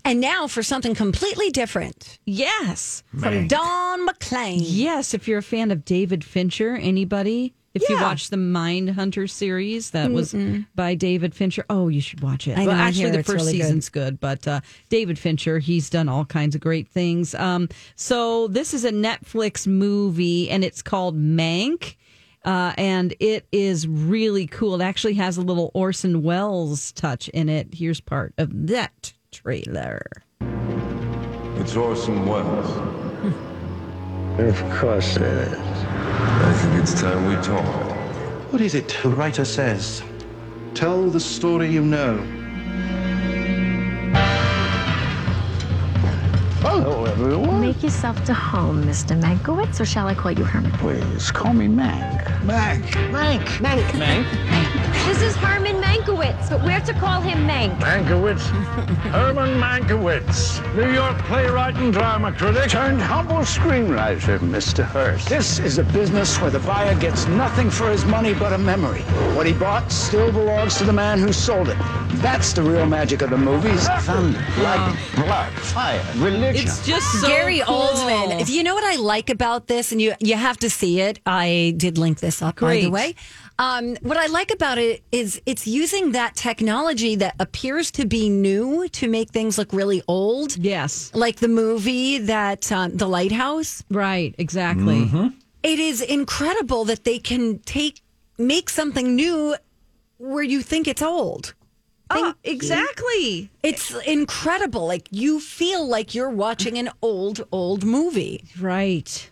Speaker 2: And now for something completely different
Speaker 5: Yes,
Speaker 2: from Don McLean.
Speaker 5: yes. If you're a fan of David Fincher, anybody. If you
Speaker 2: Yeah.
Speaker 5: watch the Mind Hunter series that was by David Fincher, oh, you should watch it.
Speaker 2: I know,
Speaker 5: well,
Speaker 2: I
Speaker 5: actually,
Speaker 2: hear
Speaker 5: the
Speaker 2: it's
Speaker 5: first
Speaker 2: really good.
Speaker 5: season's good, but uh, David Fincher, he's done all kinds of great things. Um, so this is a Netflix movie, and it's called Mank. uh, and it is really cool. It actually has a little Orson Welles touch in it. Here's part of that trailer.
Speaker 4: It's Orson Welles.
Speaker 7: Hmm. Of course it is.
Speaker 4: I think it's time we talk.
Speaker 8: What is it the writer says? Tell the story you know.
Speaker 7: Hello, everyone.
Speaker 6: Make yourself to home, Mr. Mankowitz, or shall I call you Herman?
Speaker 7: Please call me Mac. Mac. Mac. Mac.
Speaker 6: This is Herman Mankowitz, but we're to call him Mank.
Speaker 7: Mankiewicz. Herman Mankiewicz. New York playwright and drama critic. Turned humble screenwriter, Mr. Hearst. This is a business where the buyer gets nothing for his money but a memory. What he bought still belongs to the man who sold it. That's the real magic of the movies. Thunder, lightning, blood, fire, religion.
Speaker 5: It's just so
Speaker 2: Gary
Speaker 5: cool.
Speaker 2: Oldman. If you know what I like about this, and you you have to see it. I did link this up by the
Speaker 5: Great.
Speaker 2: way. Um, what I like about it is it's using that technology that appears to be new to make things look really old.
Speaker 5: Yes,
Speaker 2: Like the movie that um, the lighthouse.
Speaker 5: right, exactly.
Speaker 1: Mm-hmm.
Speaker 2: It is incredible that they can take make something new where you think it's old.
Speaker 5: Oh, exactly.
Speaker 2: It's incredible. Like you feel like you're watching an old old movie.
Speaker 5: Right.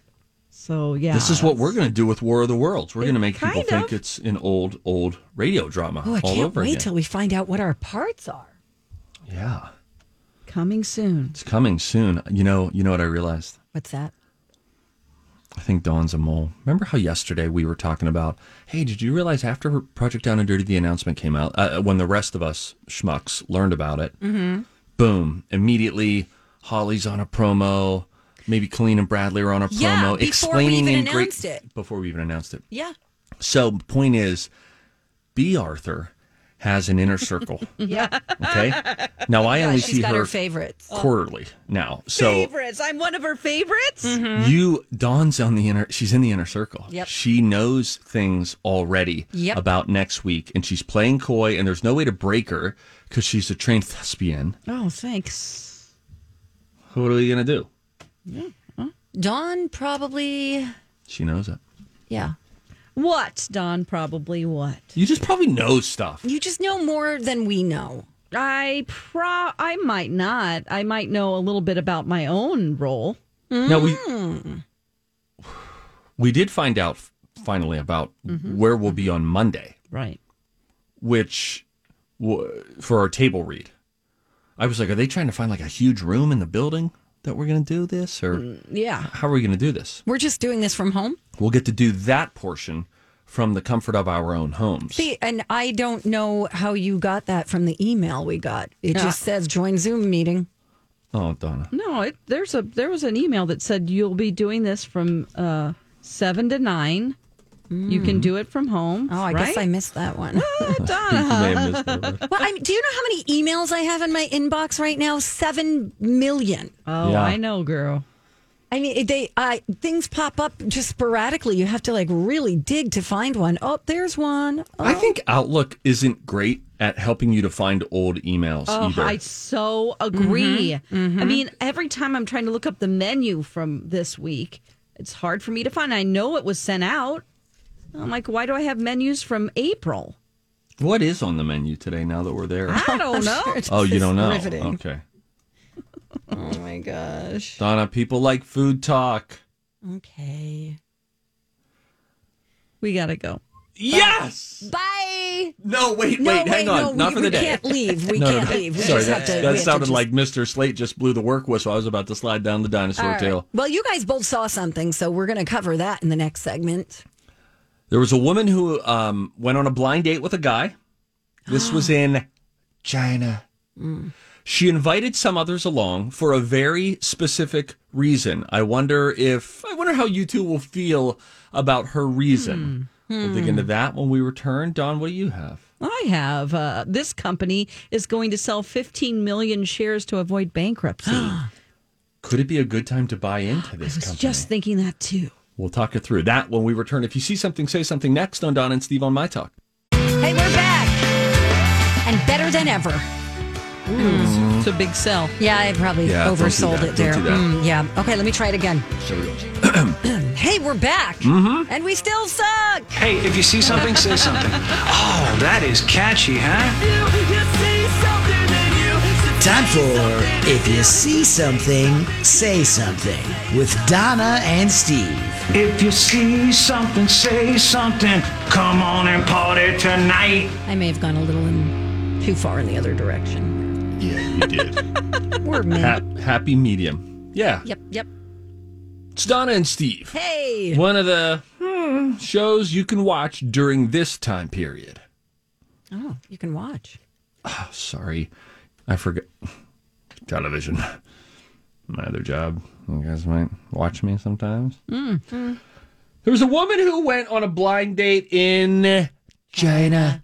Speaker 5: So yeah,
Speaker 1: This is what we're going to do with War of the Worlds. We're going to make people
Speaker 5: kind
Speaker 1: think
Speaker 5: of.
Speaker 1: it's an old, old radio drama
Speaker 2: Oh, I
Speaker 1: all
Speaker 2: can't
Speaker 1: over
Speaker 2: wait
Speaker 1: again.
Speaker 2: till we find out what our parts are.
Speaker 1: yeah,
Speaker 5: coming soon.
Speaker 1: it's coming soon. You know, you know what I realized?
Speaker 2: What's that?
Speaker 1: I think Dawn's a mole. Remember how yesterday we were talking about? Hey, did you realize after Project Down and Dirty, the announcement came out uh, when the rest of us schmucks learned about it? Mm-hmm. Boom! Immediately, Holly's on a promo. Maybe Colleen and Bradley are on a promo
Speaker 2: Yeah, before we
Speaker 1: explaining
Speaker 2: even
Speaker 1: in great
Speaker 2: announced it.
Speaker 1: before we even announced it.
Speaker 2: Yeah.
Speaker 1: So point is, B. Arthur has an inner circle. yeah. Okay. Now I only
Speaker 2: She's
Speaker 1: see
Speaker 2: got
Speaker 1: her,
Speaker 2: her favorites.
Speaker 1: quarterly now. So
Speaker 5: Uh, favorites. I'm one of her favorites.
Speaker 1: you Dawn's on the inner. She's in the inner circle.
Speaker 2: Mm-hmm. Yep.
Speaker 1: She knows things already
Speaker 2: Yep.
Speaker 1: about next week, and she's playing coy. And there's no way to break her because she's a trained thespian.
Speaker 5: Oh, thanks.
Speaker 1: What are we gonna do?
Speaker 2: Dawn probably,
Speaker 1: She knows it.
Speaker 2: yeah.
Speaker 5: What, Don? Probably what?
Speaker 1: You just probably know stuff.
Speaker 2: You just know more than we know.
Speaker 3: I pro I might not. I might know a little bit about my own role.
Speaker 1: Now, we-
Speaker 3: Mm.
Speaker 1: We did find out f- finally about where we'll be on Monday,
Speaker 3: Mm-hmm. right.
Speaker 1: which w- for our table read. I was like, are they trying to find like a huge room in the building that we're going to do this? Or
Speaker 3: Mm.
Speaker 2: Yeah.
Speaker 1: how are we going to do this?
Speaker 2: We're just doing this from home.
Speaker 1: We'll get to do that portion from the comfort of our own homes.
Speaker 2: See, and I don't know how you got that from the email we got. It
Speaker 3: Yeah.
Speaker 2: just says join Zoom meeting.
Speaker 1: Oh, Donna.
Speaker 3: No, it, there's a there was an email that said you'll be doing this from uh, seven to nine. You
Speaker 5: Mm.
Speaker 3: can do it from home.
Speaker 2: Oh, I guess
Speaker 3: right?
Speaker 2: I missed that one. well, I do you know how many emails I have in my inbox right now? Seven million.
Speaker 3: Oh,
Speaker 1: Yeah.
Speaker 3: I know, girl.
Speaker 2: I mean, they uh, things pop up just sporadically. You have to like really dig to find one. Oh, there's one.
Speaker 1: I think Outlook isn't great at helping you to find old emails
Speaker 3: Oh,
Speaker 1: either.
Speaker 3: I so agree. I mean, every time I'm trying to look up the menu from this week, it's hard for me to find. I know it was sent out. I'm like, why do I have menus from April?
Speaker 1: What is on the menu today now that we're there?
Speaker 3: I don't know.
Speaker 1: Oh, you don't know.
Speaker 2: riveting.
Speaker 1: Okay.
Speaker 2: Oh my gosh.
Speaker 1: Donna, people like food talk.
Speaker 2: Okay.
Speaker 3: We gotta go.
Speaker 1: Yes!
Speaker 2: Bye.
Speaker 1: No, wait, wait, hang
Speaker 2: No, wait,
Speaker 1: on.
Speaker 2: no,
Speaker 1: Not
Speaker 2: we-
Speaker 1: for the
Speaker 2: we
Speaker 1: day.
Speaker 2: can't leave. We
Speaker 1: No, no,
Speaker 2: can't
Speaker 1: no.
Speaker 2: leave. We
Speaker 1: Sorry,
Speaker 2: just have
Speaker 1: that,
Speaker 2: to- we
Speaker 1: that
Speaker 2: have to
Speaker 1: sounded
Speaker 2: just-
Speaker 1: like Mr. Slate just blew the work whistle. I was about to slide down the dinosaur
Speaker 2: All right.
Speaker 1: tail.
Speaker 2: Well, you guys both saw something, so we're going to cover that in the next segment.
Speaker 1: There was a woman who um, went on a blind date with a guy. This was in China.
Speaker 3: Mm.
Speaker 1: She invited some others along for a very specific reason. I wonder if I wonder how you two will feel about her reason.
Speaker 3: Hmm.
Speaker 1: We'll dig into that when we return. Don, what do you have?
Speaker 3: I have. Uh, this company is going to sell 15 million shares to avoid bankruptcy. I
Speaker 1: Could it be a good time to buy into this
Speaker 3: was
Speaker 1: company?
Speaker 3: just thinking that too.
Speaker 1: We'll talk it through that when we return. If you see something, say something next on Don and Steve on My Talk.
Speaker 2: Hey, we're back. And better than ever.
Speaker 3: It's a big sell.
Speaker 2: Yeah, I probably
Speaker 1: Mm. Yeah, don't do
Speaker 2: oversold
Speaker 1: that.
Speaker 2: it there.
Speaker 1: Don't do that.
Speaker 2: Mm, yeah. Okay, let me try it again.
Speaker 1: Here we go.
Speaker 2: Hey, we're back.
Speaker 1: Mm-hmm.
Speaker 2: And we still suck.
Speaker 9: Hey, if you see something, say something. Oh, that is catchy, huh?
Speaker 7: Time for If You See Something, Say Something with Donna and Steve.
Speaker 9: If you see something, say something. Come on and party tonight.
Speaker 2: I may have gone a little in, too far in the other direction.
Speaker 1: Yeah, you did.
Speaker 2: We're mid.
Speaker 1: Hap- happy medium. Yeah.
Speaker 2: Mm-hmm. Yep, yep.
Speaker 1: It's Donna and Steve.
Speaker 2: Hey.
Speaker 1: One of the hmm, shows you can watch during this time period.
Speaker 2: Oh, you can watch.
Speaker 1: Oh, sorry, I forgot. Television. My other job. You guys might watch me sometimes.
Speaker 2: Hmm.
Speaker 1: There was a woman who went on a blind date in China.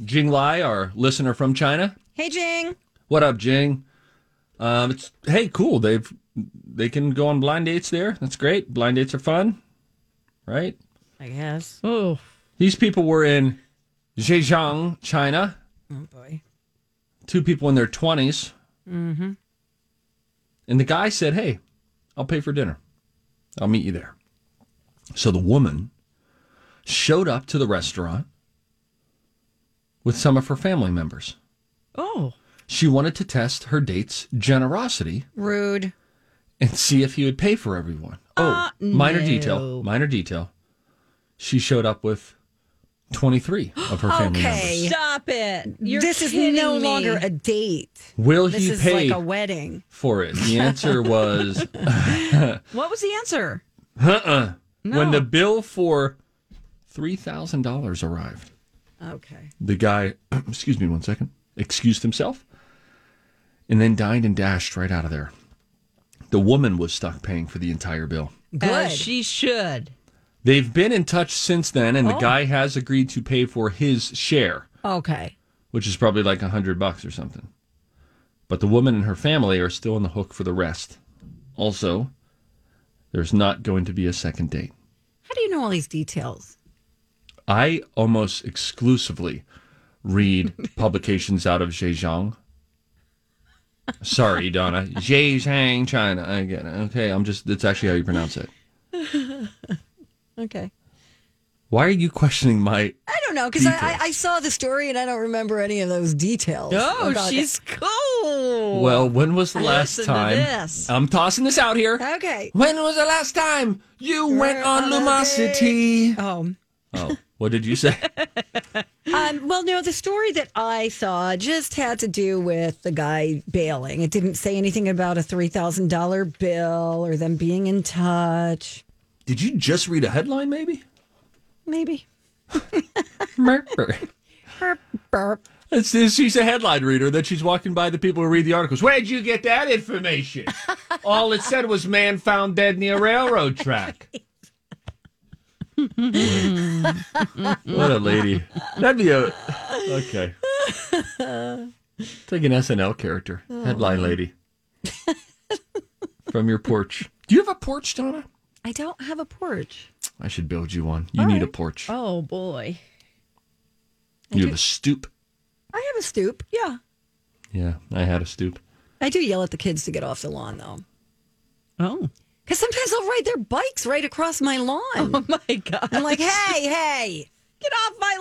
Speaker 1: Jing Lai, our listener from China,
Speaker 2: Hey, Jing.
Speaker 1: What up, Jing? Um, it's hey, cool. They've they can go on blind dates there. That's great. Blind dates are fun, right?
Speaker 2: I guess.
Speaker 3: Oh,
Speaker 1: These people were in Zhejiang, China.
Speaker 2: Oh, boy. Mm-hmm.
Speaker 1: Two people in their 20s And the guy said, "Hey, I'll pay for dinner. I'll meet you there." So the woman showed up to the restaurant with some of her family members.
Speaker 3: oh,
Speaker 1: She wanted to test her date's generosity
Speaker 2: Rude. Uh,
Speaker 1: and see if he would pay for everyone. Oh, minor detail, minor detail. She showed up with 23 of her family
Speaker 2: Okay.
Speaker 1: members.
Speaker 3: stop it! You're
Speaker 2: this is
Speaker 3: kidding
Speaker 2: no
Speaker 3: me.
Speaker 2: longer a date.
Speaker 1: Will
Speaker 2: This
Speaker 1: he
Speaker 2: is
Speaker 1: pay
Speaker 2: like a wedding.
Speaker 1: for it? The answer was
Speaker 3: What was the answer?
Speaker 1: uh-uh. When the bill for $3,000 arrived,
Speaker 2: Okay.
Speaker 1: the guy, excuse me one second, excused himself and then dined and dashed right out of there. The woman was stuck paying for the entire bill.
Speaker 2: Good.
Speaker 3: As she should.
Speaker 1: They've been in touch since then, and the guy has agreed to pay for his share,
Speaker 2: Okay.
Speaker 1: which is probably like a hundred bucks or something. But the woman and her family are still on the hook for the rest. Also, there's not going to be a second date.
Speaker 2: How do you know all these details?
Speaker 1: I almost exclusively read publications out of Zhejiang. Sorry, Donna. Zhejiang, China. I get it. Okay, I'm just, that's actually how you pronounce it.
Speaker 2: Okay.
Speaker 1: Why are you questioning my?
Speaker 2: I don't know because I, I, I saw the story and I don't remember any of those details.
Speaker 3: Oh,
Speaker 2: about
Speaker 3: she's
Speaker 2: it.
Speaker 3: cool.
Speaker 1: Well, when was the
Speaker 3: I
Speaker 1: last
Speaker 3: listened to
Speaker 1: time?
Speaker 3: this.
Speaker 1: I'm tossing this out here.
Speaker 2: Okay.
Speaker 1: When was the last time you went on Lumosity?
Speaker 2: Oh.
Speaker 1: Oh, what did you say?
Speaker 2: Um, well, no, the story that I saw just had to do with the guy bailing. It didn't say anything about a $3,000 bill or them being in touch.
Speaker 1: did you just read a headline? Maybe.
Speaker 2: Maybe.
Speaker 1: Murder.
Speaker 2: Burp, burp.
Speaker 1: It's, it's- she's a headline reader that she's walking by the people who read the articles. Where'd you get that information? All it said was man found dead near railroad track. what a lady. That'd be a. Okay. Take an SNL character,
Speaker 2: Oh.
Speaker 1: headline lady. From your porch. Do you have a porch, Donna?
Speaker 2: I don't have a porch.
Speaker 1: I should build you one. You
Speaker 2: All
Speaker 1: need a
Speaker 2: right.
Speaker 1: porch.
Speaker 3: Oh, boy.
Speaker 1: You have a stoop.
Speaker 2: I have a stoop. Yeah.
Speaker 1: Yeah, I had a stoop.
Speaker 2: I do yell at the kids to get off the lawn, though.
Speaker 3: Oh.
Speaker 2: Because sometimes they'll ride their bikes right across my lawn.
Speaker 3: Oh, my God.
Speaker 2: I'm like, hey, hey,
Speaker 3: Get off my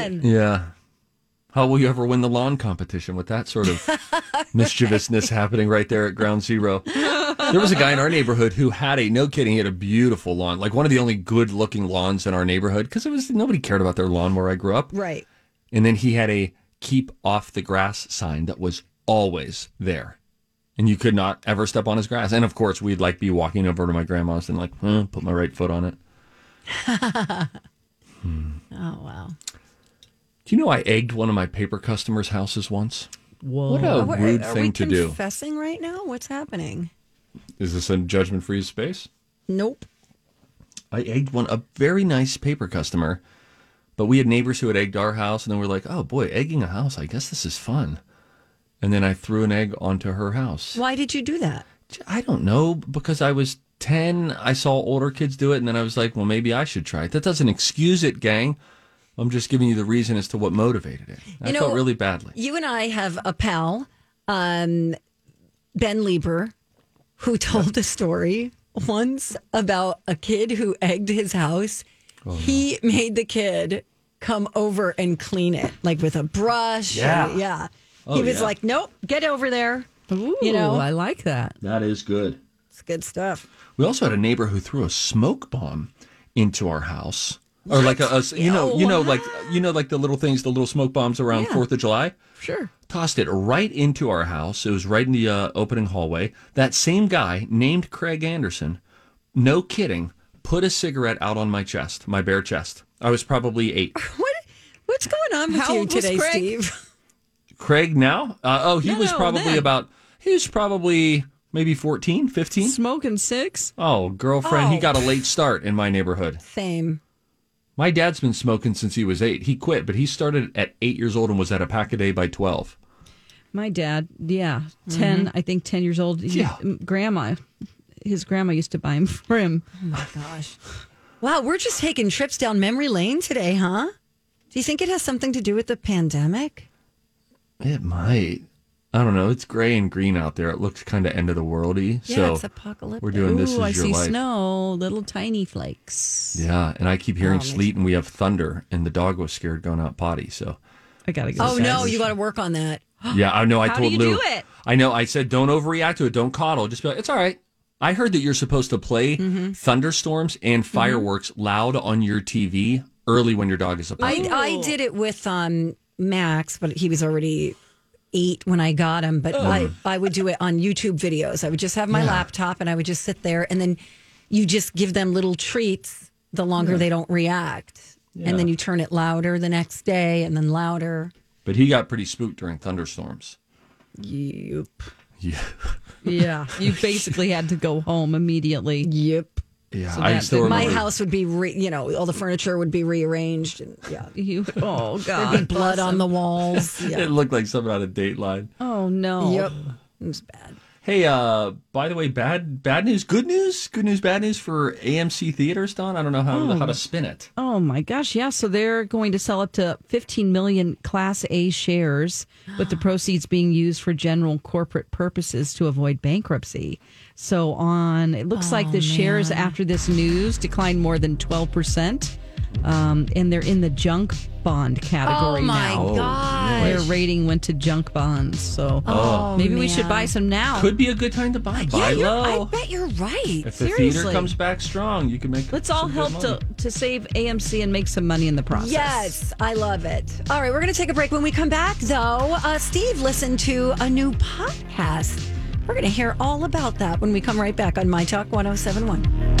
Speaker 3: lawn.
Speaker 1: Yeah. How will you ever win the lawn competition with that sort of mischievousness happening right there at ground zero? There was a guy in our neighborhood who had a, no kidding, he had a beautiful lawn, like one of the only good looking lawns in our neighborhood because it was, nobody cared about their lawn where I grew up.
Speaker 2: right.
Speaker 1: And then he had a keep off the grass sign that was always there. And you could not ever step on his grass. And of course, we'd like be walking over to my grandma's and like, eh, put my right foot on it. Hmm.
Speaker 2: Oh, wow.
Speaker 1: Do you know I egged one of my paper customers' houses once?
Speaker 3: Whoa.
Speaker 1: What a
Speaker 2: What-
Speaker 1: rude
Speaker 2: are, we
Speaker 1: thing to do.
Speaker 2: confessing right now? What's happening?
Speaker 1: Is this a judgment free space?
Speaker 2: Nope.
Speaker 1: I egged one, a very nice paper customer, but we had neighbors who had egged our house, and then we are like, oh boy, egging a house, I guess this is fun. And then I threw an egg onto her house.
Speaker 2: Why did you do that?
Speaker 1: I don't know, because I was 10, I saw older kids do it, and then I was like, well, maybe I should try it. That doesn't excuse it, gang. I'm just giving you the reason as to what motivated it. I
Speaker 2: You know-
Speaker 1: felt really badly.
Speaker 2: You and I have a pal, um, Ben Lieber, who told a story once about a kid who egged his house.
Speaker 1: Oh,
Speaker 2: he made the kid come over and clean it, like with a brush.
Speaker 1: Yeah.
Speaker 2: and- yeah.
Speaker 1: Oh,
Speaker 2: he was
Speaker 1: yeah.
Speaker 2: like, nope, get over there.
Speaker 3: Ooh,
Speaker 2: You know-
Speaker 3: I like that.
Speaker 1: That is good.
Speaker 2: It's good stuff.
Speaker 1: We also had a neighbor who threw a smoke bomb into our house, or like a, a- you know, you know, like you know, like the little things, the little smoke bombs around Fourth of July.
Speaker 2: Sure.
Speaker 1: Tossed it right into our house. It was right in the uh, opening hallway. That same guy, named Craig Anderson, no kidding, put a cigarette out on my chest, my bare chest. I was probably eight.
Speaker 2: What What's going on with
Speaker 3: How
Speaker 2: you
Speaker 3: old was
Speaker 2: today,
Speaker 3: Craig?
Speaker 2: Steve?
Speaker 1: Craig now? Uh, oh, he
Speaker 3: No,
Speaker 1: was
Speaker 3: no,
Speaker 1: probably
Speaker 3: then.
Speaker 1: about. He was probably maybe 14, 15.
Speaker 3: Smoking six?
Speaker 1: Oh, girlfriend, he
Speaker 2: Oh.
Speaker 1: got a late start in my neighborhood.
Speaker 2: Same.
Speaker 1: My dad's been smoking since he was eight. He quit, but he started at eight years old and was at a pack a day by 12.
Speaker 3: My dad, yeah, 10,
Speaker 2: Mm-hmm.
Speaker 3: I think 10 years old. He-
Speaker 1: Yeah.
Speaker 3: Grandma, his grandma used to buy him for him.
Speaker 2: Gosh. Wow, we're just taking trips down memory lane today, huh? Do you think it has something to do with the pandemic?
Speaker 1: It might. I don't know. It's gray and green out there. It looks kind of end of the worldy.
Speaker 2: Yeah,
Speaker 1: so
Speaker 2: it's apocalyptic.
Speaker 1: We're doing this is
Speaker 3: Ooh, I
Speaker 1: your
Speaker 3: see
Speaker 1: life.
Speaker 3: snow, little tiny flakes.
Speaker 1: Yeah, and I keep hearing
Speaker 2: Oh, it makes-
Speaker 1: sleet, and we have thunder, and the dog was scared going out potty. So
Speaker 3: I gotta go.
Speaker 2: Oh no, you got to work on that.
Speaker 1: yeah, I know. I
Speaker 3: How do
Speaker 1: told
Speaker 3: you
Speaker 1: Lou.
Speaker 3: do it?
Speaker 1: I know. I said don't overreact to it. Don't coddle. Just be like, it's all right. I heard that you're supposed to play thunderstorms and fireworks loud on your TV early when your dog is up.
Speaker 2: I I did it with um Max, but he was already eight when I got him. But I I would do it on YouTube videos. I would just have my laptop and I would just sit there, and then you just give them little treats. The longer they don't react, and then you turn it louder the next day, and then louder.
Speaker 1: But he got pretty spooked during thunderstorms.
Speaker 3: Yep.
Speaker 1: Yeah.
Speaker 3: Yeah, you basically had to go home immediately. Yep.
Speaker 1: Yeah,
Speaker 3: So
Speaker 1: I
Speaker 3: that-
Speaker 1: still
Speaker 3: that-
Speaker 1: remember.
Speaker 2: My house would be, re- you know, all the furniture would be rearranged, and yeah,
Speaker 3: You. Oh
Speaker 2: there'd be
Speaker 3: God.
Speaker 2: blood on the walls. Yeah.
Speaker 1: It looked like something out of Dateline.
Speaker 3: Oh no.
Speaker 2: Yep, it was bad.
Speaker 1: Hey, uh, by the way, bad bad news, good news, good news, bad news for AMC theaters, Don. I don't know how to, how to spin it.
Speaker 3: Oh my gosh. Yeah. So they're going to sell up to 15 million Class A shares, with the proceeds being used for general corporate purposes to avoid bankruptcy.
Speaker 2: Oh,
Speaker 3: So on, it looks like the shares after this news declined more than 12 percent
Speaker 7: um, and they're in the junk bond category
Speaker 2: Oh, my
Speaker 7: now.
Speaker 2: Oh, gosh.
Speaker 7: Their rating went to junk bonds, so
Speaker 1: Oh.
Speaker 7: maybe we
Speaker 2: man.
Speaker 7: should buy some now.
Speaker 1: Could be a good time to buy.
Speaker 7: Yeah,
Speaker 1: buy
Speaker 7: you're-
Speaker 1: low.
Speaker 7: I bet you're right.
Speaker 1: If the
Speaker 7: Seriously,
Speaker 1: theater comes back strong, you can make.
Speaker 7: let's all
Speaker 1: some good
Speaker 7: help to
Speaker 1: money.
Speaker 7: to save AMC and make some money in the process.
Speaker 2: Yes, I love it. All right, we're going to take a break. When we come back, though, uh, Steve listened to a new podcast. We're going to hear all about that when we come right back on My Talk 1071.